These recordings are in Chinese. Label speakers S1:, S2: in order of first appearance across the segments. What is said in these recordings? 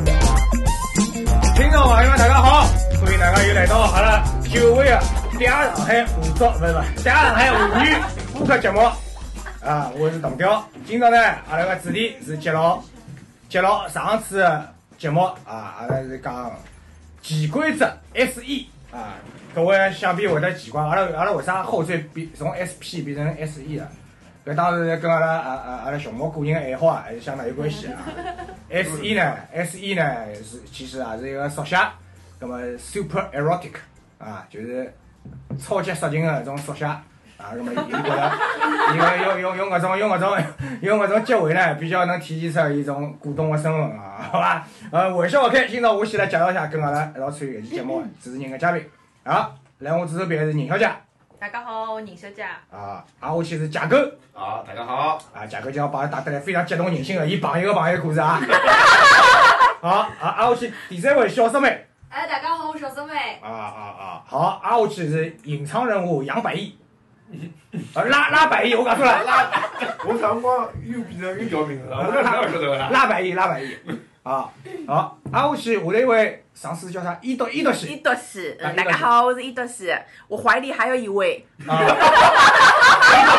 S1: 啊第二场海五只，不是不是，第二场海妇女播客节目啊，我是唐雕。今朝呢，阿拉个主题是接牢接牢上次的节目啊，阿拉是讲潜规则 SE 啊，各位想必会得奇怪，阿拉阿拉为啥后缀变从 SP 变成 SE 了？搿当然跟阿拉阿阿阿拉熊猫个人爱好啊，还是相当有关系啊。S E 呢，S E 呢是其实也是一个缩写，葛么 super erotic 啊，就是超级色情的搿种缩写啊，葛么伊觉着，伊个用用用搿种用搿种用搿种结尾呢，比较能体现出伊种股东的身份啊，好伐？呃，玩笑勿开，今朝我先来介绍一下跟阿拉一道参与搿期节目的主持人个嘉宾啊，来我主持别是宁小姐
S2: 大家好，我宁小姐。
S1: 啊，挨下去是贾狗。
S3: 好，大家好，
S1: 啊，贾哥今朝帮阿拉带得来非常激动人心的，伊朋友个朋友故事啊。 好，啊，挨下去第三位小师妹，
S4: 哎，大家好，我是小师妹。
S1: 啊啊啊，好，挨下去是隐藏人物杨百亿，啊，拉拉百亿，我讲错了，拉
S3: 我啥辰光又变成又叫名字了？我哪哪晓得啦？
S1: 拉百亿，拉百亿，啊，好，挨下去下头一位上次叫啥？伊德伊德西
S2: 伊德西，
S1: 啊
S2: 嗯大家好，我是伊德西，我怀里还有一位，
S1: 啊，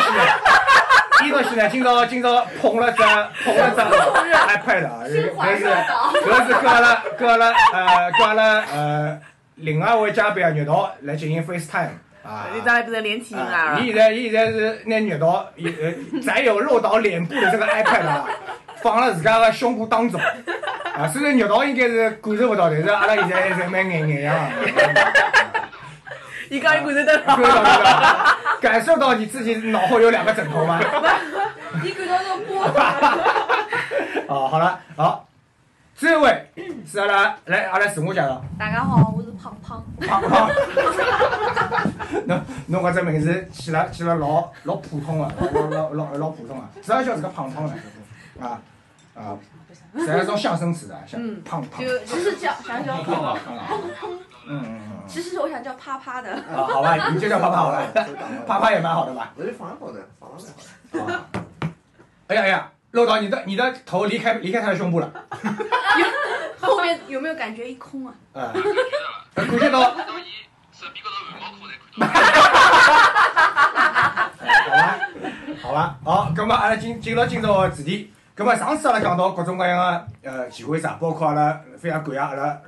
S1: 伊德西呢，伊德西呢，今朝今朝捧了只捧了只 iPad 啊，
S4: 心
S1: 这
S4: 怀
S1: 是
S4: 热。 岛，
S1: 主要是跟阿拉跟阿拉呃跟阿拉呃另外一位嘉宾啊，月桃来进行 FaceTime 啊。
S2: 你当然变成连体婴
S1: 啊
S2: 了。
S1: 伊现在伊现在是拿月桃呃载有肉岛脸部的这个 iPad 啊， 放了自家的胸部当中。啊，虽然月桃应该是感受不到，但是阿拉现在侪蛮眼眼痒啊。
S2: 伊讲伊感觉得
S1: 感受到这个感受到你自己脑后有两个枕头吗？
S4: 你感到种波动。
S1: 哦，好了，好，这位是阿拉来阿拉自我介绍。
S4: 大家好，我是胖胖。
S1: 哦侬侬搿只名字起了起了老老普通个， 老老老老普通啊个，只要叫自家胖胖的，啊啊，实在是种相声词啊，像
S2: 嗯
S1: 胖胖，
S4: 就其实叫想叫
S3: 胖啊，
S1: 嗯嗯嗯
S4: 其实我想叫啪啪的。
S1: 嗯，啊好吧， 你就叫胖胖好了，
S3: 了，
S1: 胖胖也蛮好的吧？
S3: 我就放好的，放上好的。
S1: 啊哎呀哎呀，漏到你的你的头离开离开他的胸部了，
S4: 后面有没有感觉一空啊？
S1: 啊，感觉到，好吧，好吧，好，葛末阿拉进进入到今朝个主题。葛末上次阿拉讲到各种各样个呃潜规则，包括阿拉呃非常感谢阿拉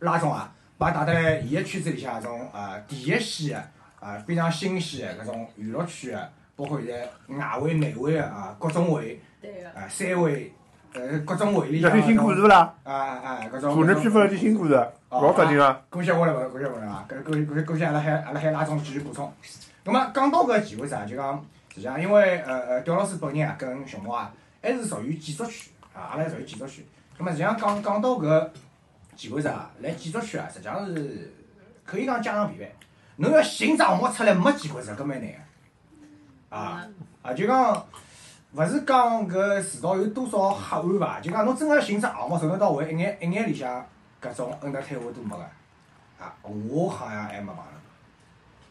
S1: 拉总啊，把带得来伊个圈子里向搿种呃第一线个啊非常新鲜个搿种娱乐圈个，包括现在外围、内围个啊各种会
S4: 对个。
S1: 啊三会呃各种会里
S5: 要
S1: 向
S5: 听新
S1: 搿
S5: 故事
S1: 种
S5: 不啦？
S1: 啊啊搿种
S5: 主持批发要听新故事，老扎劲嗯啊！
S1: 感谢我了，感谢我了啊！感感感感谢阿拉海阿拉海拉总继续补充。那么讲到搿潜规则啊，就讲实际上因为呃呃刁老师本人啊跟熊猫啊，还是属于技术区啊，阿拉属于技术区。那么实际上讲讲到搿潜规则啊，来技术区啊，实际上是可以讲家常便饭。侬要寻只项目出来没潜规则，搿蛮难个。啊啊，就讲勿是讲搿世道有多少黑暗伐？就讲侬真个要寻只项目从头到尾，一眼一眼里向搿种恩得退我都没个。啊，我好像还没碰着。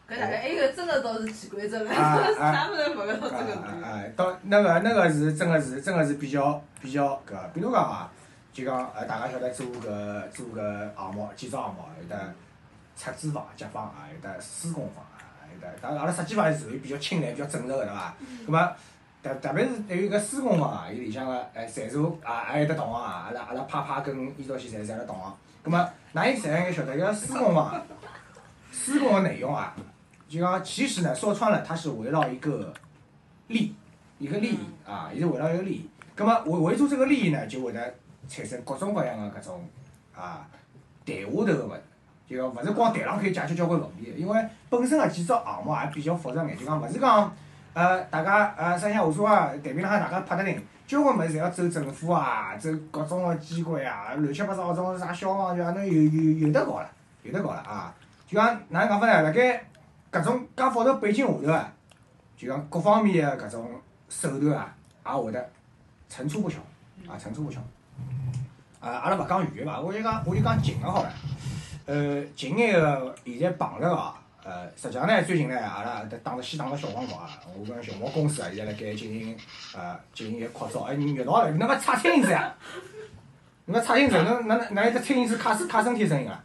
S4: 搿大家还有哎真的都是潜规则了，
S1: 啊啊
S4: 啥物事没到
S1: 啊
S4: 这个
S1: 啊
S4: 地步。
S1: 啊！到那个那个是真个是真个是比较比较搿，比如讲啊，就讲呃，大家晓得做搿做啊搿项目，建筑项目有得拆脂肪、甲方啊，有得施工方啊，有得，当然阿拉设计方是属于比较清淡、比较正直个对伐？葛末特特啊别是对于搿施工方啊，伊里向个哎，侪是啊，也有得同行啊，阿啊拉阿拉啪啪跟伊道线侪是阿拉同行。葛末㑚应侪应该晓得，搿施工方啊，施工个内容啊，就讲其实呢，说穿了，它是围绕一个利益，一个利益啊，也是围绕一个利益。葛末围围住这个利益呢，就会得产生各种各样的搿种啊谈话头个问题。就讲勿是光谈上可以解决交关问题的，因为本身个建筑项目也比较复杂眼，就讲勿是讲呃大家呃上下下属啊，台面浪向大家拍得定，交关物事侪要走政府啊，走各种个机关啊，乱七八糟搿种啥消防局啊，侬有有有得搞了，有得搞了啊！就讲哪能讲法呢？辣盖搿种介复杂背景下头啊，就讲各方面个搿种手段啊，也会得层出不穷啊，层出不穷。啊，阿拉勿讲远个伐，我就讲我就讲近个好了。呃，近眼个现在碰着个啊，呃，实际上呢，最近呢，阿拉得打着先打着小广告啊，我跟熊猫公司啊，现在辣盖进行呃进行一个扩招，哎，你越到了，那个擦餐饮子呀，啊那个擦餐饮子，那那那一个餐饮子卡斯卡身体声音啊，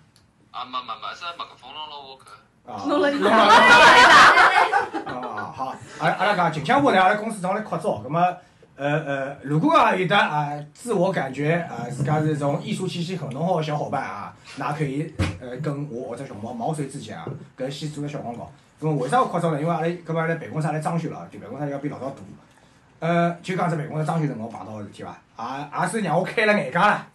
S6: 啊，没没没，是麦克风弄了我搿，
S1: 啊，
S4: 弄了一
S1: 弄了
S4: 哎
S1: 啊，好，阿拉阿拉讲，今天我来阿拉公司正好来扩招，那么，呃呃，如果啊有的啊自我感觉啊自家是种艺术气息很浓厚的小伙伴啊，那可以呃跟我或者熊猫毛遂自荐啊，跟先做个小广告。因为为啥我扩招呢？因为阿拉搿么阿拉办公室阿拉装修了，就办公室要比老早大。呃，就讲只办公室装修辰光碰到个事体伐，也也是让我开了眼界了。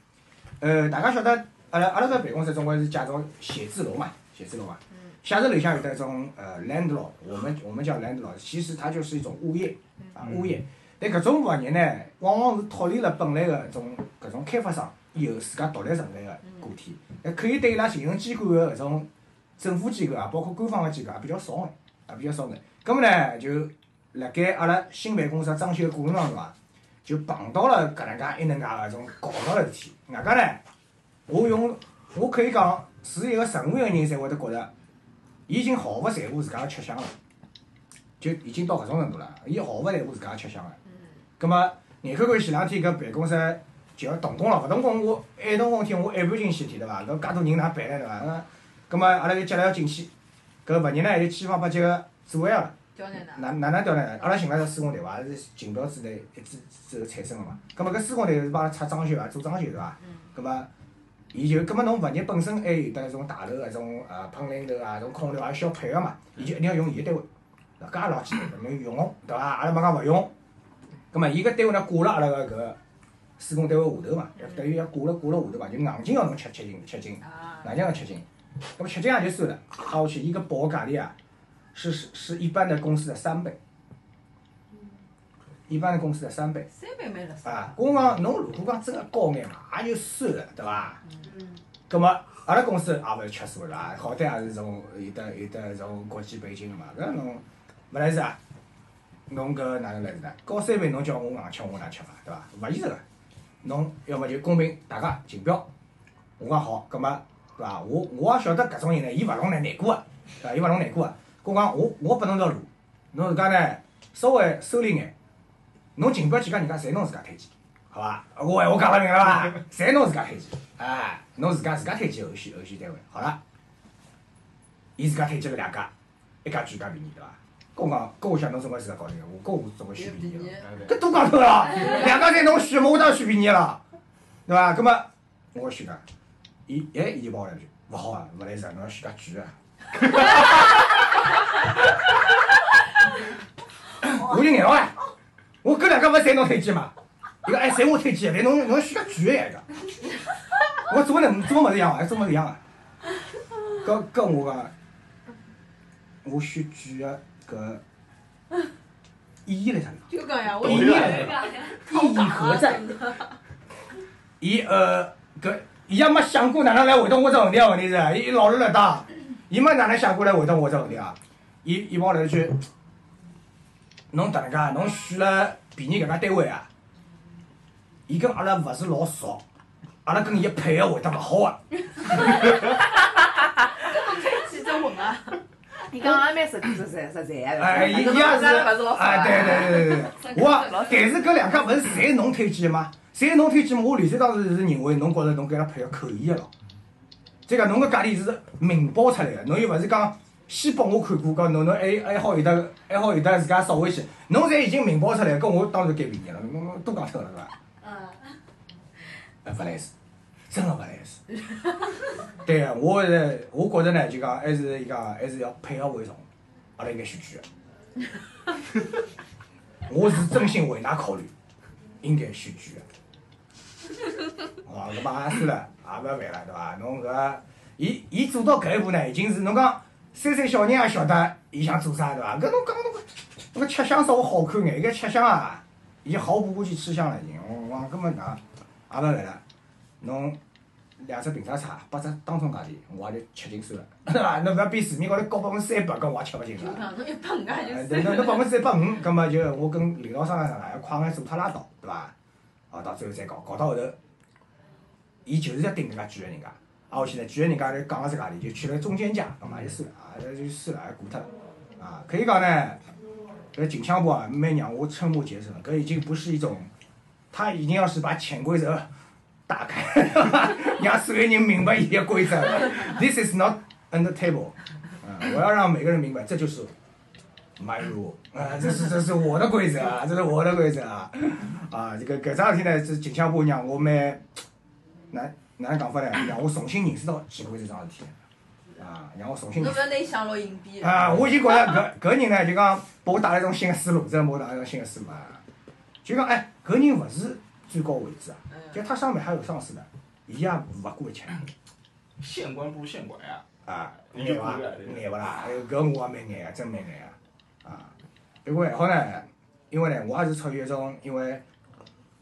S1: 呃，大家晓得，阿拉阿拉搿办公室总归是介种写字楼嘛，写字楼嘛。写字楼里向有得一种呃 landlord，我们我们叫 landlord，其实它就是一种物业啊物业。但搿种物业呢，往往是脱离了本来的搿种搿种开发商以后，自家独立存在的个体，那可以对伊拉行政机关的搿种政府机构啊，包括官方的机构啊，比较少眼，啊比较少眼。咁么呢，就辣盖阿拉新办公室装修的过程当中啊，就碰到了搿能介一能介搿种搞笑的事体。外加呢，我用我可以讲是一个任何一个人侪会得觉着。伊已经毫勿在乎自家个吃相了，就已经到搿种程度了，伊毫勿在乎自家个吃相了。咁么，眼看看前两天搿办公室就要动工了，勿动工我一动工天我一盘进去天对伐？搿介多人哪办呢对伐？嗯咁么阿拉就接了要进去，搿物业呢有千方百计个做完了。
S4: 哎
S2: 刁难
S1: 哪哪能调呢？阿拉寻了只施工队伐，也是锦标之类一支之后产生个嘛。葛末搿施工队是帮阿拉拆装修伐，做装修对伐？葛末伊就葛末侬物业本身还有得一种大楼个种呃喷淋头啊，种空调啊需要配合嘛，伊就一定要用伊个单位。那搿也老简单，侬用哦对伐？阿拉没讲勿用。葛末伊个单位呢挂辣阿拉个搿个施工单位下头嘛，等于要挂了挂了下头嘛，就硬劲要侬吃吃劲吃劲。
S2: 啊，
S1: 哪样的缺金？那么缺金也就算了，啊，我去一个保价钿啊，是是是一般的公司的三倍，一般的公司的三倍
S2: 三百没了
S1: 啊。我讲侬如果讲真的高眼嘛，也就算了，对伐？
S4: 嗯。
S1: 葛么阿拉公司也勿是吃素的啦，好歹也是从有得有得从国际背景的嘛，搿侬勿来事啊？侬搿哪能来事呢？高三倍侬叫我硬吃，我哪吃法，对伐？勿现实个。侬要么就公平，大家竞标。我讲好，葛么对伐？我我也晓得搿种人呢，伊勿容易难过个，对伐？伊勿容易难过个。我讲我我拨侬条路，侬自家呢稍微收敛眼，侬竞标几家人家侪侬自家推荐，好伐？我闲话讲了明了伐？侪侬自家推荐，哎，侬自家自家推荐后续后续单位，好了。伊自家推荐了两家，一家贵一家便宜，对伐？跟我讲，跟我想侬总归自家搞定个，我跟我总归选便宜个。搿多讲头了， 两家侪侬选，我当然选便宜了，对伐？葛末我选个，伊哎伊就帮我两句，勿好啊，勿来事啊，侬要选介贵 啊。我就硬哎，我搿两家勿是侪侬推荐嘛？伊讲哎，侪我推荐，但侬侬选介贵个一个。我做能做么子一样啊，做么子一样啊？搿搿我讲，我选贵个搿意义来啥地方？
S2: 就讲呀，
S1: 我
S5: 意义
S1: 意 义何在？伊呃，搿伊也没想过哪能来回答我这问题啊，问题是，伊老是辣打，伊没哪能想过来回答我这问题啊。伊伊帮我来一句，侬哪能介？侬选了便宜搿家单位啊？伊跟阿拉勿是老熟，阿拉跟伊配合回答勿好啊。
S2: 记者问啊，
S6: 伊讲也蛮实际实在实在个，
S1: 哎，伊伊也是，哎，对对对对对，我，但是搿两家勿是侪侬推荐吗？侪侬推荐嘛？我理解当时是认为侬觉着侬跟伊拉配合可以个咯。再讲侬搿价钿是明报出来个，侬又勿是讲先拨我看过，讲侬侬还还好有得还好有得自家少回去，侬侪已经明报出来，搿我当然该便宜了，侬侬多讲脱了是伐？
S4: 嗯，
S1: 呃，勿来事，真个勿来事。对个，我是我觉着呢，就讲还是伊讲还是要配合为重，阿拉应该选举个。我是真心为㑚考虑，应该选举个。 哦，搿嘛也算了，也勿要烦了，对伐？侬搿，伊伊做到搿一步呢，已经是侬讲三岁小人也晓得伊想做啥，对伐？搿侬讲侬搿侬搿吃相稍微好看眼，搿吃相啊，伊毫不顾及吃相了已经。我我讲根本㑚。也勿来了，侬两只平沙叉，八只当中价钿，我也就吃尽算了， 对伐？侬勿要比市面高头高百分之三百，搿我也吃勿尽
S2: 就
S1: 了。
S2: 讲侬一百五 啊，
S1: 哎
S2: 就
S1: 对侬侬
S2: 是。
S1: 百分之一百五，葛么就我跟领导商量商量，要快眼做脱拉倒，对伐？哦，到最后再搞，搞到后头，伊就是要盯搿家贵个人家，啊，我现在贵个人家就讲了只价钿，就去了中间价，葛么也就算了，啊，就算了，也过脱了，啊，可以讲呢，搿景香部啊，蛮让我瞠目结舌，搿已经不是一种，他已经要是把潜规则打开，让所有人明白伊个规则，This is not under table，嗯，我要让每个人明白，这就是 my rule 啊、这是这是我的规则啊，这是我的规则啊。啊，这个搿桩事体呢，是近腔部让我蛮哪哪能讲法呢？让我重新认识到奇怪这桩事体啊，让我重新
S2: 侬
S1: 认识。
S2: 勿要拿伊想老隐蔽。
S4: 哎
S1: 啊，我已经觉着搿搿人呢，就讲拨我带来一种新的思路，真的拨我带来一种新的思路啊。就讲哎，搿人勿是最高位置啊，就他上面还有上司呢，伊也勿顾一切
S3: 县官不县管呀，
S1: 啊，眼伐？眼勿啦？哎呦搿我也蛮眼啊，真蛮眼啊。啊，不过还好呢，因为呢，我也是处于一种因为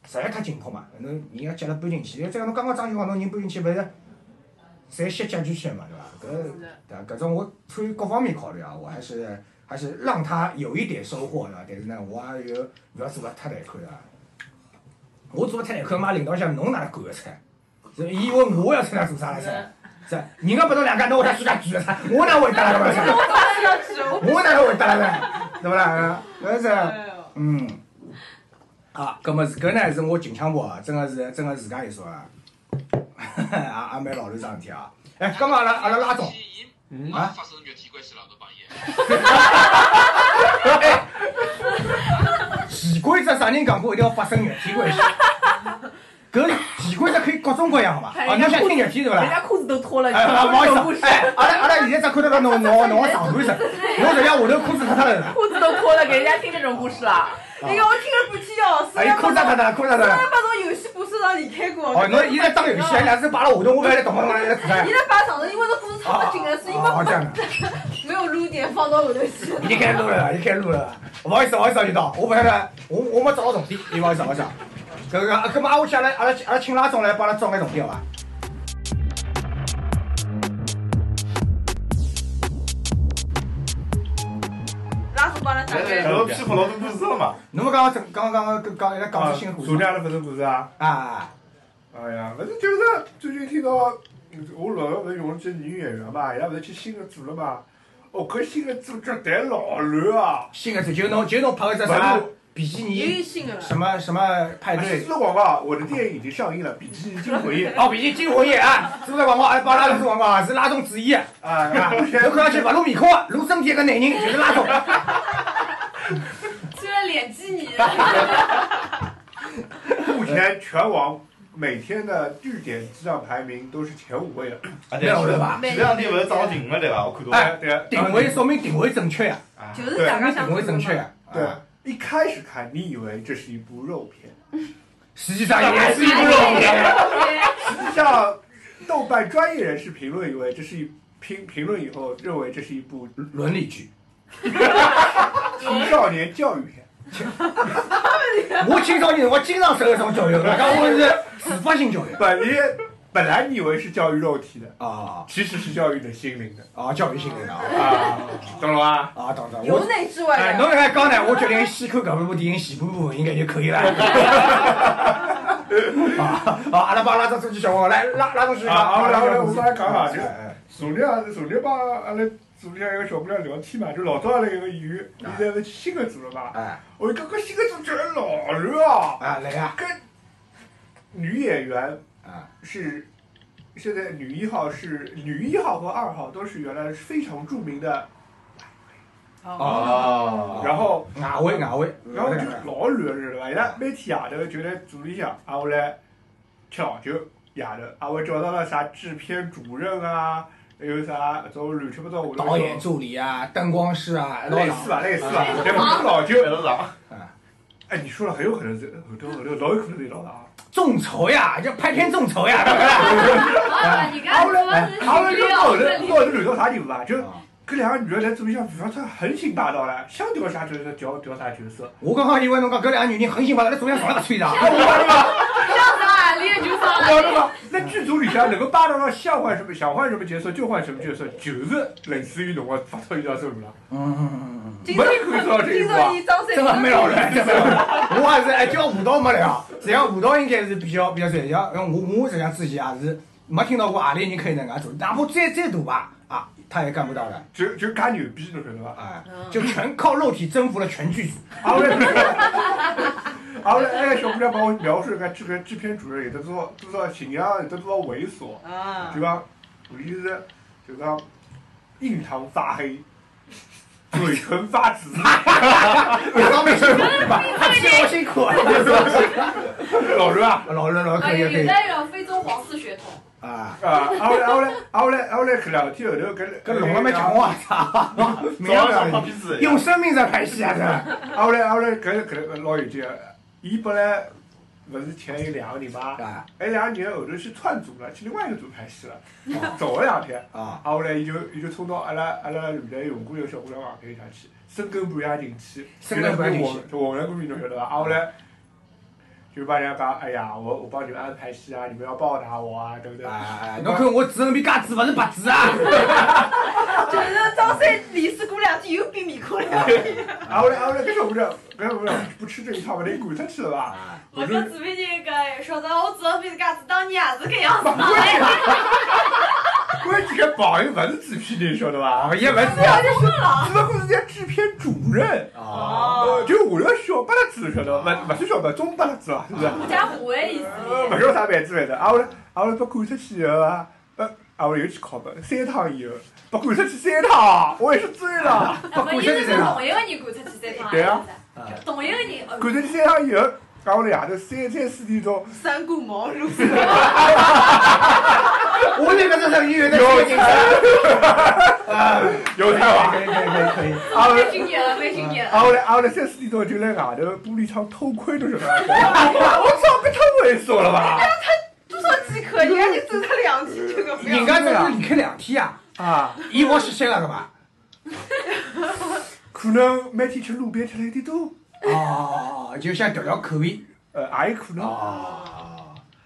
S1: 实在太紧迫嘛，侬人家急了搬进去，再讲侬刚刚装修好，侬人搬进去，勿是侪先解决起来嘛，对伐？搿对啊，搿种我出于各方面考虑啊，我还是还是让他有一点收获的，但是呢，我还有勿要做得太难看啊。我做得太难看，妈领导想侬哪能管得出来？是伊以为我要出来做啥了噻？是，人家不到两家，侬会得去家举了噻？我哪会得了对伐？ 我哪能会得了噻？对勿啦？搿是，
S4: 哎
S1: 嗯，啊，搿么是搿呢是我近腔部啊，真个是真个自家一说啊， 也也蛮老头桩事体啊。哎，刚刚阿拉阿拉拉总，
S3: 嗯
S1: 啊
S7: 发生肉体关系了，侬帮伊。
S1: 潜规则啥人讲过一定要发生肉体关系？搿潜规则可以各种各样好伐？哦，侬想听肉体对勿啦
S6: 人？家裤子都脱了，
S1: 哎，
S6: 你
S1: 不好
S6: 故
S1: 意
S6: 事
S1: 思，哎，阿拉阿拉现在只看得到侬侬侬个上半身，侬实际上下头裤子脱脱了，
S6: 裤子都脱了，给人家听这种故事了。
S2: 那哎个我听了半天哦，虽
S1: 哎，
S2: 然
S1: 裤
S2: 没
S1: 子脱脱了，裤子脱脱了
S2: 虽。然没从啊游戏部手上离开过。
S1: 哦，侬现在打游戏，两只摆了下头，我勿晓得动勿动来做啥
S2: 伊。在摆上头，因为这故事
S1: 啊
S2: 太紧了，所以
S1: 啊啊这样
S2: 没没有撸点放到后头去。
S1: 已经开始录了，已经开始录了。勿好意思，勿好意思，领导，我勿晓得，我我没找到重点，勿好意思，勿好意思。搿个，搿么我想来，阿拉阿拉请拉总来帮阿拉找眼重点好伐？
S2: 拉总帮咱打
S3: 来
S2: 开
S3: 来。
S5: 后屁股老多故事了嘛？
S1: 侬们刚刚正刚刚刚刚一直讲出新的故
S5: 昨
S1: 事
S5: 天阿拉勿是故事啊？
S1: 啊？
S5: 哎呀，反正就是最近听到我老婆勿是用了些女演员嘛，伊拉勿是去新的组了嘛？哦，搿新的组绝对老乱啊！
S1: 新的就侬就侬拍个只啥比基尼
S2: 性了
S1: 什么什么派
S2: 哎
S5: 是
S1: 哎对？
S5: 做广告，我的电影已经上映了，《笔记惊魂夜》
S1: 哦，比基尼惊魂夜啊！是不是广告？哎，帮拉总做广告啊，是拉总主意啊！
S5: 啊，
S1: 对吧？侬看上去勿露面孔啊，露身体个男人就是拉总。
S2: 虽然脸基尼，
S5: 目前全网每天的据点质量排名都是前五位的。
S8: 啊，
S1: 没 有了吧
S8: 前两天勿是涨停了对伐？我看到。
S1: 哎
S5: 对啊，
S1: 定位说明定位正确呀，
S5: 啊
S2: 就是大家想
S1: 定位正确。呀。
S5: 对
S1: 啊，
S5: 一开始看你以为这是一部肉片，
S1: 实际上也是一部肉片。
S5: 实际上豆瓣专业人士评论以为这是一评评论以后认为这是一部
S1: 伦理剧。
S5: 青少年教育片。
S1: 我青少年我经常受这种教育，我讲我是自发性教育
S5: 本你本来你以为是教育肉体的，
S1: 啊
S5: 其实是教育你心灵的
S1: 啊，教育性的啊
S5: 啊，懂了吧？
S1: 啊，懂懂。
S2: 由
S1: 我
S2: 内至外
S1: 哎，
S2: 的。
S1: 侬来讲呢，我决定先看搿部电影前半部分应该就可以 了。啊，好，阿拉帮拉总出去小王来拉拉总去
S5: 啊，啊，然后呢，我
S1: 们
S5: 们来讲讲，就昨天啊，昨天帮阿拉昨天一个小姑娘聊天嘛，就老早阿拉一个演员，现在是新的组了嘛，
S1: 哎
S5: 我讲搿新的组真老乱啊，
S1: 啊来呀
S5: 跟女演员
S1: 啊
S5: 是现在女一号是女一号和二号都是原来非常著名的，
S8: 哦。
S5: 然后
S1: 外围外围，哎
S5: 然后就老乱是吧？伊拉每天夜头就在组里向，挨下来吃老酒，夜头啊，我找到了啥制片主任啊，还有啥种乱七八糟下头
S1: 导演啊助理啊，灯光师啊，老
S5: 类
S1: 老
S5: 似吧，类似吧，但不是老酒。
S8: 对了啦，
S5: 哎，你说了很有可能是后头后头老有可能是老 大啊。
S1: 众筹呀，就拍片众筹呀，对不 对？哎
S2: 啊，你
S5: 啊，后来啊，后来就到后头
S2: 这
S5: 到后头乱到啥地步啊？就
S1: 啊
S5: 搿两个女的在组里向，主要她横行霸道了，想调啥角色调调啥角色。
S1: 我刚刚以为侬讲搿两个女人横行霸道，那中央从来勿吹 的。
S2: 哪里就上
S5: 你知道吗？那剧组里向能够霸道到想换什么想换什么角色就换什么角色，就是类似于侬个发到遇到这种了，
S1: 嗯，
S5: 没人可以做到这一
S2: 听
S5: 步
S2: 说
S5: 啊！
S2: 你张三
S1: 真的没老人，真的。我还是哎，叫舞蹈没了，实际上舞蹈应该是比较比较专业。像我我实际上之前也是没听到过何里人可以能介做，哪怕再再大吧，啊，他也干不到的。
S5: 就就嘎牛逼，侬晓得伐？
S1: 哎，就全靠肉体征服了全剧组。
S5: 啊， 我来，啊，我来，哎，小姑娘帮我描述一下这个制片主任有的多少多少形象，有的多少猥琐，
S2: 啊
S5: 对，吧？我意思就讲，印堂发黑，嘴唇发紫，
S1: 老妹辛苦吧？
S6: 好辛苦啊！
S5: 老师啊，
S1: 老人老可
S2: 哎，
S1: 以可
S2: 有
S1: 以
S2: 带有非洲皇室血 统，
S1: 啊！
S5: 啊，挨下来挨下来挨下来挨下来去聊天后头搿
S1: 搿聋了没讲话，操！明
S8: 早
S1: 了
S8: 上
S1: 不
S8: 放
S1: 要
S8: 屁子，
S1: 用生命在拍戏啊！这
S5: 挨下来挨下来搿搿老有劲啊，伊本来勿是前有两个人嘛，
S1: 啊
S5: 哎两个人后头去串组了，去另外一个组拍戏了，哦走了两天。
S1: 啊！
S5: 啊，后来伊就伊就冲到阿拉阿拉旅店永过有小姑娘旁边上去，深更半夜进去，
S1: 深更半夜进去
S5: 就混了股民侬晓得伐？啊，后来就帮人家讲，哎呀，我我帮你们安排戏啊，你们要报答我啊，对不对？
S1: 哎，侬看我指那边架子勿是白纸啊！
S4: 就是张三李四姑两句又比米哭了。
S5: 啊，后来啊后来搿小姑娘搿小姑娘不吃这一套，把人赶出去了伐？
S2: 我跟姊妹那个说的，我姊妹嘎子当年也是搿样子嘛。
S1: 啊
S5: 关键搿朋友勿是制片人，晓得伐？
S1: 哦，也勿是
S5: 只不过是人家制片主
S8: 哎
S5: 任，
S1: 哦，
S5: 呃就我要小八子，晓得伐？勿勿算小八，中八子伐？是不是？
S2: 狐假虎威意
S5: 呃，
S2: 思。
S5: 勿晓得啥牌子来着。挨下来，挨下来被赶出去以后啊，呃，挨下来又去拷问，三趟以后被赶出去三趟，我也是醉了。
S2: 哎，不，伊是跟同一个人赶出去三趟，
S5: 对啊，
S2: 同一个人。
S5: 赶出去三趟以后，挨下来夜头三三四点钟，
S4: 三顾茅庐，
S1: 我那个是等于有的
S5: 有
S1: 精神。
S5: 有太
S1: 可
S5: 晚。
S1: 以可以可以可以。
S5: 挨
S2: 被巡演了，被巡演
S5: 挨
S2: 了。
S5: 下来，挨下来三四点钟就来外头玻璃厂偷窥都是吧？我操，搿太猥琐了吧！
S4: 多少饥渴，人家就走他两天，这个不要
S1: 人。家只是离开两天啊，
S5: 啊，
S1: 伊往西西了个嘛？
S5: 可能每天吃路边吃了一点多，
S1: 哦，就想调调口味。
S5: 呃，也有可能。
S1: 哦，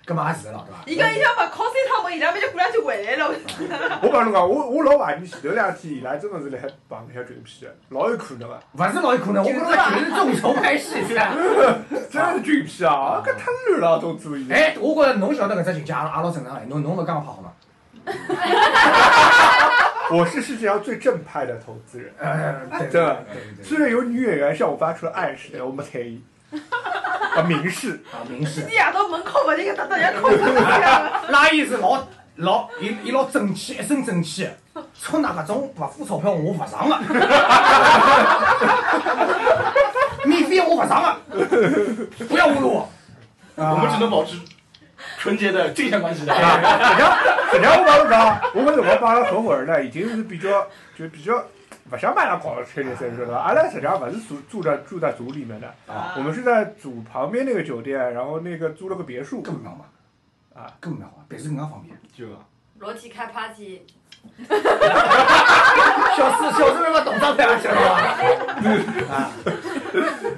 S1: 搿么也是了，对伐？
S4: 伊讲伊想把考三趟嘛，伊拉没就过两天回来了。
S5: 我帮侬讲，我我老怀疑前头两天伊拉真的是辣海棚里向卷屁的，老有可能啊。
S1: 勿是老有可能，我觉着全是众筹拍戏噻。
S5: 真的是俊皮啊！搿太乱了，都注意。
S1: 哎，我觉着侬晓得搿只情节，阿拉阿拉正常哎，侬侬勿讲怕好吗？
S5: 我是世界上最正派的投资人，
S1: 呃，对
S5: 真
S1: 对
S5: 的
S1: 对对
S5: 虽然有女演员向我发出了暗示，但我没睬 伊。啊，明示
S1: 啊，明示
S4: 你夜到门口勿就应该搭搭人家考试 了？
S1: 拉伊是老老伊伊老正气，一身正气，出那搿种勿付钞票我勿上个， 免费我勿上个，不要侮辱我。
S8: 我
S1: 我
S8: 们只能保持纯洁的正向关系的。
S5: 啊，实际上实际上我帮侬讲，我搿辰光帮阿拉合伙人呢，已经是比较就比较勿想把阿拉搞到催泪三说了。阿拉实际上勿是住住在住在组里面的，
S1: 啊
S5: 我们是在组旁边那个酒店，然后那个租了个别墅
S1: 搿。么讲嘛，
S5: 啊，
S1: 搿么讲嘛，别是搿能方便。
S8: 就
S2: 裸体开 party，
S1: 小四小四为嘛懂上台啊了，晓得伐？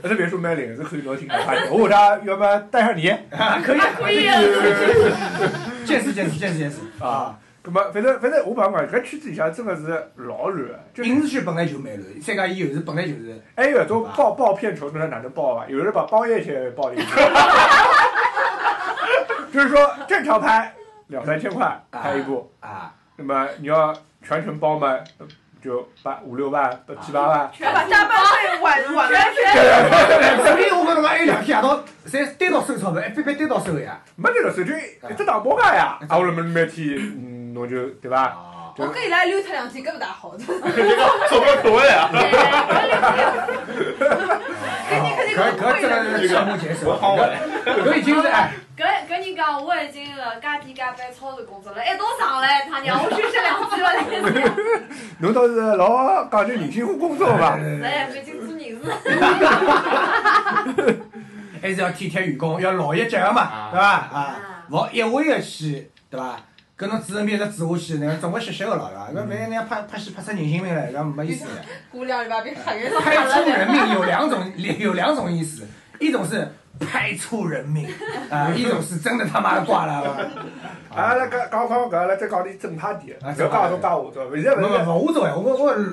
S5: 那别墅蛮灵，是可以聊挺开的。我问他要不要带上你？
S1: 啊，可以啊，
S2: 可以啊，
S1: 见识见识见识见识啊！
S5: 啊，咁么反正反正我帮侬讲，搿圈子里向真个是老乱的，就是
S1: 影视剧本来就蛮乱，再加伊又是本来就是
S5: 还有搿种报报片酬的哪能报啊？有人把包夜钱也报进去，就是说正常拍两三千块拍一部，
S1: 啊，
S5: 那么你要全程包嘛，就八五六万到七八
S2: 啊
S5: 万，
S4: 要把加班费晚晚了去。
S1: 这边我跟侬讲，还有两天夜到，侪单独收钞票，一笔笔单独收的呀。
S5: 没得了，手就一只打包价呀。啊，我们每天嗯，侬就对伐？
S1: 啊，
S4: 我跟伊拉溜他两天，搿不大好。搿你
S8: 钞票可以啊！
S4: 肯定
S1: 搿啊搿真
S4: 会
S1: 的是
S8: 这个
S1: 瞠目结 舌，
S8: 我好
S1: 搿
S8: 稳，
S1: 搿已经是哎，
S2: 搿搿人讲，我已经辣加班加班超时工作了，
S4: 哎
S2: 一道上来他娘，我休息两天了，
S5: 侬倒是老讲究人性化工作伐？
S2: 来，北京做人事。
S1: 还是要体贴员工，要劳逸结合嘛，对伐？啊
S2: 啊，
S1: 勿好一味的去，对伐？跟侬主人面一直做下去，那总归歇歇个了，对伐？搿万一人家拍拍戏拍出人性命来，搿没意思的。
S4: 姑娘里边被喊冤
S1: 拍出人命有两种，有两种意思，一种是拍出人命啊，一种是真的他妈的挂了。
S5: 啊，那搿讲讲搿，阿拉再讲点正派点，勿要讲种讲下作，现在
S1: 没
S5: 勿是
S1: 没。没，我做哎，我我俺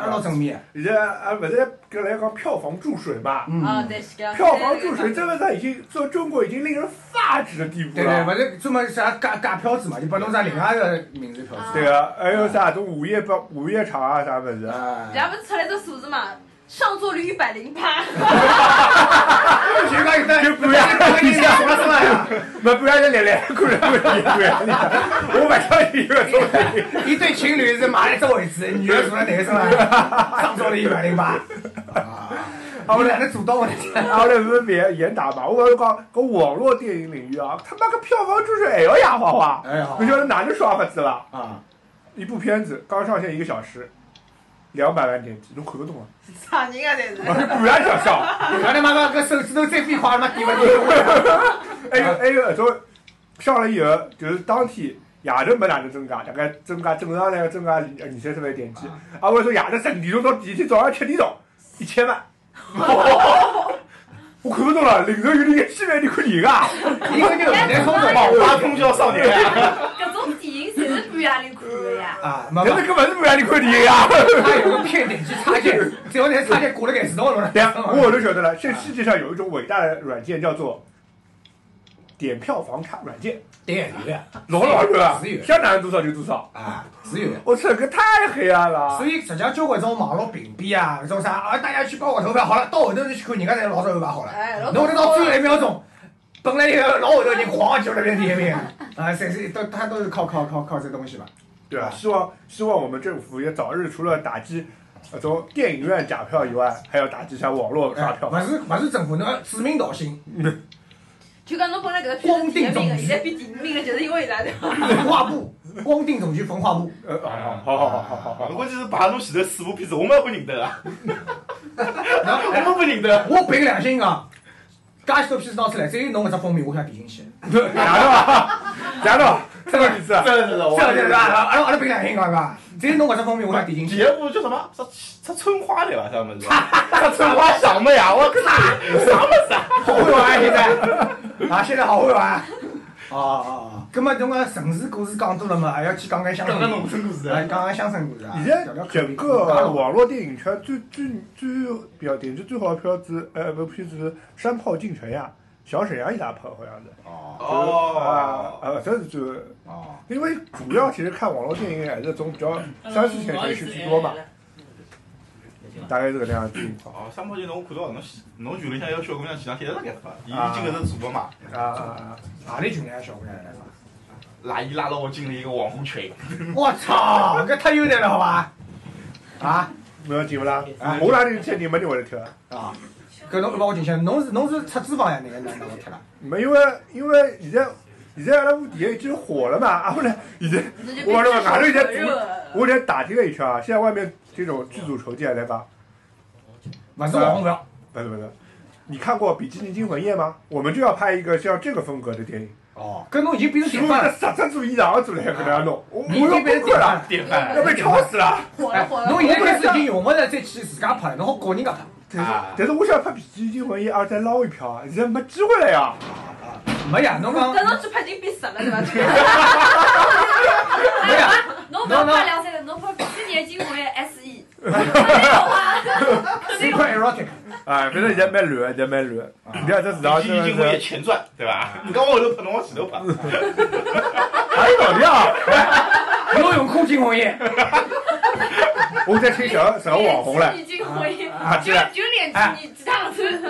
S1: 俺老正面，
S5: 现在啊，勿是搿来讲票房注水嘛？
S2: 哦
S4: 啊，
S1: 嗯，
S4: 对，是搿
S5: 票房注水这个上已经做中国已经令人发指的地步
S1: 对对，
S5: 了。
S1: 勿是专门啥假假票子嘛，就拨弄啥另外一个名字票子。
S5: 对啊，还有啥种午夜包、午夜场啊啥物事啊？
S1: 啊，
S4: 然后不是出来这数字嘛，上座率一百零八，
S1: 就就讲有的，就不要，你讲什么什么呀？
S5: 没不不然就来来，过来过来过来，我不想你个东西。
S1: 一对情侣是买了一只位置，女的坐在男的身上，上桌了一百零八。啊，我哪能做到的？
S5: 啊，来不是别严打嘛，我讲搿网络电影领域啊，他妈搿票房就是还要野花 花，
S1: 哎呀，
S5: 侬啊晓得哪能刷法子啦？
S1: 啊，
S5: 一部片子刚上线一个小时，两百万点击，侬看得懂吗？
S4: 啥人啊？这是。
S5: 我是半夜想上，
S1: 俺他妈讲搿手指头再变快，他妈点勿点？
S5: 还
S8: 啊
S5: 有还有搿种上了以后，就是当天夜头没哪能增加，大概增加正常来个增加二二三十万点击，啊，我说夜头十点钟到第二天早上七点钟，一千 万。我看不懂了，领头有点一啊千万，你看你个，
S1: 一个就男冲动
S8: 网吧通宵少年 啊！
S2: 搿种电影侪是半夜里看的呀。
S1: 啊，
S5: 那
S1: 没
S5: 是
S1: 没，
S5: 根本是不让你啊看 你呀。
S1: 他有个骗点击插件，只要那插件过了该自动了。
S5: 对啊，我后头晓得了，这世界上有一种伟大的软件叫做点票房卡软件，
S1: 对，有的
S5: 老老热啊
S1: 是有，
S5: 想哪能多少就多少。
S1: 啊，是有的。
S5: 我操，搿太黑暗了
S1: 所。以实际上交关种网络屏蔽啊，搿种啥啊，大家去搞个投票好了，到后头就去看人家侪老早安排好了。
S4: 哎，
S1: 侬会得到最后一秒钟，本来有老后头人哐就那边第一名，啊，谁谁都他都是靠靠靠靠这东西吧。
S5: 对啊，希望希望我们政府也早日除了打击呃从电影院假票以外，还要打击一下网络刷票
S1: 勿。哎是勿是政府，侬要指名道姓，
S4: 就讲侬本来搿个片子第一名的，现在变第五名的，就是因为伊拉的。
S1: 文化部、光腚总局文化部，
S5: 呃，
S1: 嗯
S5: 好好好好好好好。
S8: 关键是排侬前头四部片子，我们也不认 得啊，我
S1: 那
S8: 们不认
S3: 啊
S8: 得。
S1: 我凭良心讲，介许多片子拿出来，只有侬搿只封面，我想点进去。
S5: 哪个啊？哪个？这个意思啊？
S8: 对对对，
S1: 这个就是吧？阿哎拉阿拉凭良心讲个，只有侬搿只封面，我想点进
S8: 第
S1: 去。
S8: 一部叫什么？啥啥春花对吧？啥么子？啥春花小妹啊！我啥啥么子啊？
S1: 好会玩啊！现在 啊，现在好会玩啊。哦哦哦，葛末侬个城市故事讲多了嘛，还要去讲讲乡
S8: 讲
S1: 村
S8: 个农村故事
S1: 哎，讲讲乡村故事啊。
S5: 现在整个网络电影圈最最最表点击最好的片子，呃，不片子是《山炮进城》呀，小沈阳伊拉拍好像是。
S1: 哦
S8: 哦
S5: 啊，呃，这是最，
S1: 哦，
S8: 啊
S5: 因为主要其实看网络电影还是从比较三四线城市居多嘛，大概是搿能样子情况。
S8: 哦，三炮就侬看到侬侬群里向有小姑娘前两天一直辣盖发，伊已经搿是做了嘛，
S5: 啊啊啊！
S1: 哪里群里小姑娘来着？
S8: 拉伊拉了我进了一个网红群，
S1: 我操，搿太幽淡了好伐？啊
S5: 不要紧不啦？我哪里欠你没你我就跳。
S1: 啊，搿侬帮我进去，侬是侬是出资方呀？那个哪哪我踢了？
S5: 没，因为因为现在现在阿拉部底下已经火了嘛，啊不是，现在我这外头现在我现在打听了一圈啊，现在外面这种剧组筹建来吧，
S1: 勿是网红不要。
S5: 不是不是，你看过《比基尼惊魂夜》吗？我们就要拍一个像这个风格的电影，
S1: 哦，搿侬已经变成
S5: 是
S1: 典
S5: 不
S1: 范
S5: 是
S1: 了，
S5: 啥子主意哪个做来搿能样弄？我
S1: 啊
S5: 我
S1: 你已
S5: 要
S1: 经变
S5: 崩
S1: 成
S5: 溃
S1: 典范
S5: 了，
S1: 了。
S8: 典范
S5: 要被敲死了。
S4: 火
S1: 哎
S4: 了火了，
S1: 侬现在开始已经用勿着再去自家拍了，侬好搞人家拍。
S5: 但
S8: 啊
S5: 是但是我想拍《比基尼惊魂夜》，二再捞一票啊，现在没机会了呀。
S1: 没呀，侬讲
S4: 搿侬去拍已经变十了对伐？
S1: 没呀。
S2: 侬勿要拍两三个，侬拍去年金回 S E。
S1: Super erotic
S5: 哎，反正现在蛮乱，现在蛮乱。 你看这市场
S8: 已
S5: 真
S8: 经已经
S5: 的
S8: 我也前
S5: 是，
S8: 传对吧？你讲我后头拍侬往前头拍，
S5: 还有道理啊。
S1: 侬用空惊鸿雁，
S5: 我在听什什么网红嘞？
S2: 去年金回，
S5: 啊，
S2: 就
S5: 进来，
S2: 就脸去你其他个村。
S5: 你们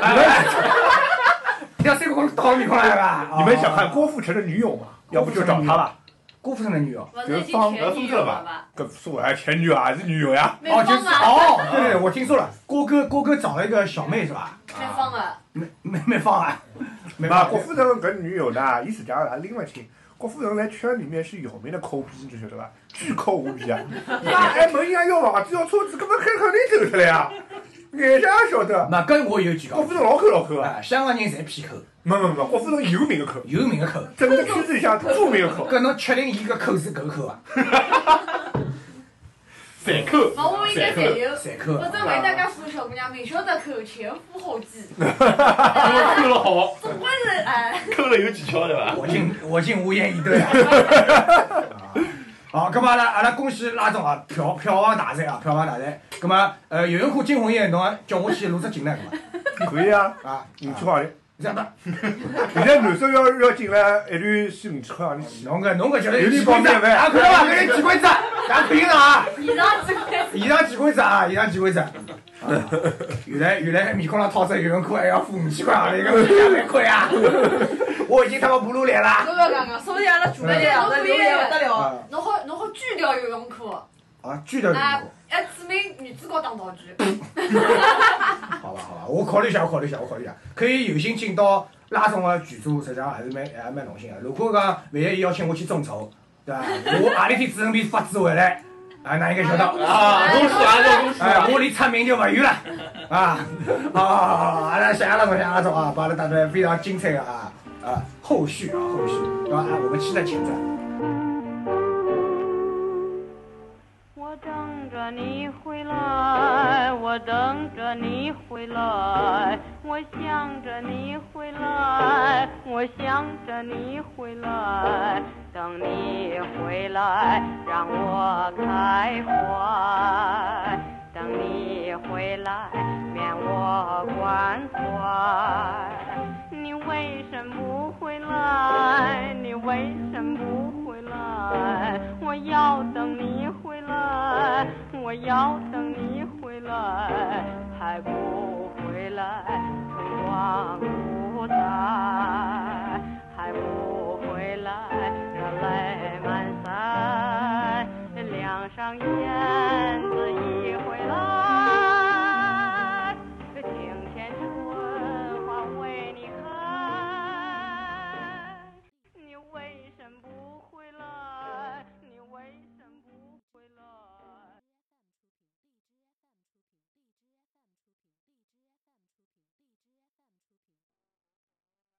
S1: 要三个光倒面孔来吧？
S5: 你们想看郭富城的女友吗？
S1: 啊
S5: 要不就找他吧。
S1: 郭富城的女友？
S2: 我是已经全女友了吧？
S5: 跟是我还前女友还是女友 呀？
S2: 美
S1: 哦，就是
S2: 方啊，
S1: 哦，对对对，我听说了，郭哥郭哥找了一个小妹是吧？
S2: 美方啊，
S1: 没没没放啊，没
S5: 那
S1: 放
S5: 郭富城跟女友呢，伊自家还拎勿清。郭富城在圈里面是有名的抠逼，你晓得吧？巨抠无比啊！那还问人家要房子要车子，根本肯肯定走出来呀！眼瞎晓得，
S1: 那跟我有几
S5: 郭
S1: 个
S5: 富城老抠老抠啊！
S1: 啊，香港人侪偏抠，
S5: 没没没，郭富城有名的抠，
S1: 有名的抠。
S5: 整个圈子里向著名的抠。
S1: 跟侬确定伊个抠是狗抠啊？
S8: 散扣，
S2: 勿我应该侪有。
S1: 谁抠
S2: 否
S1: 啊？
S2: 则为大家说小姑娘明晓得扣前赴 后继，
S8: 扣了好，
S2: 总归是哎，
S8: 扣了有技巧对吧？
S1: 我竟我竟无言以对啊！啊好，咁么阿拉阿拉恭喜拉总啊，票票房大赛啊，票房大赛。咁么呃，有人看惊鸿雁，侬啊叫我去录只进来个嘛？
S5: 可以啊，
S1: 啊，
S5: 五千块钿。
S1: 这样吧，
S5: 现在男生要要进来一律是五千块钿起。
S1: 侬个侬个觉得
S5: 有点
S1: 几规
S5: 方
S1: 则，
S5: 便呗
S1: 俺看到 伐？搿有几规则，俺看清了啊！
S2: 以上这个
S1: 以上几规则啊，以上几规则。 啊 原来原来面孔上套着游泳裤还要付五千块啊，那个一百块啊！
S5: 我已经他妈不露脸了。
S2: 侬勿要讲讲，所以阿拉
S1: 嗯
S2: 住了一个
S4: 两
S2: 侬
S4: 个
S2: 可
S4: 榴
S2: 以，
S4: 莲不得了，
S1: 啊
S2: 侬好侬好锯掉游泳裤，
S1: 啊，锯掉就
S2: 啊
S1: 过，
S2: 还指明女子高当道具。
S1: 好吧好吧，我考虑一下，我考虑一下，我考虑一下，可以有幸进到拉啊中的剧组，实际上还是蛮还蛮荣幸啊的。如果讲万一伊要请我去众筹，对伐？我何里天只能被发纸回来，啊，哪应该晓得？
S8: 啊，恭喜啊，恭喜
S1: 哎
S8: 啊，！
S1: 我离出名就勿远了，啊，好好好好，阿拉谢谢阿拉总，谢谢阿拉总啊，帮阿拉带来非常精彩的啊啊后续啊后续，对伐？啊，我们期待前瞻。
S7: 我等着你回来，我等着你回来，我想着你回来，我想着你回来，等你回来让我开怀，等你回来免我关怀。你为什么不回来？你为什么不回来？我要等你回来，我要等你回来，还不回来，春光无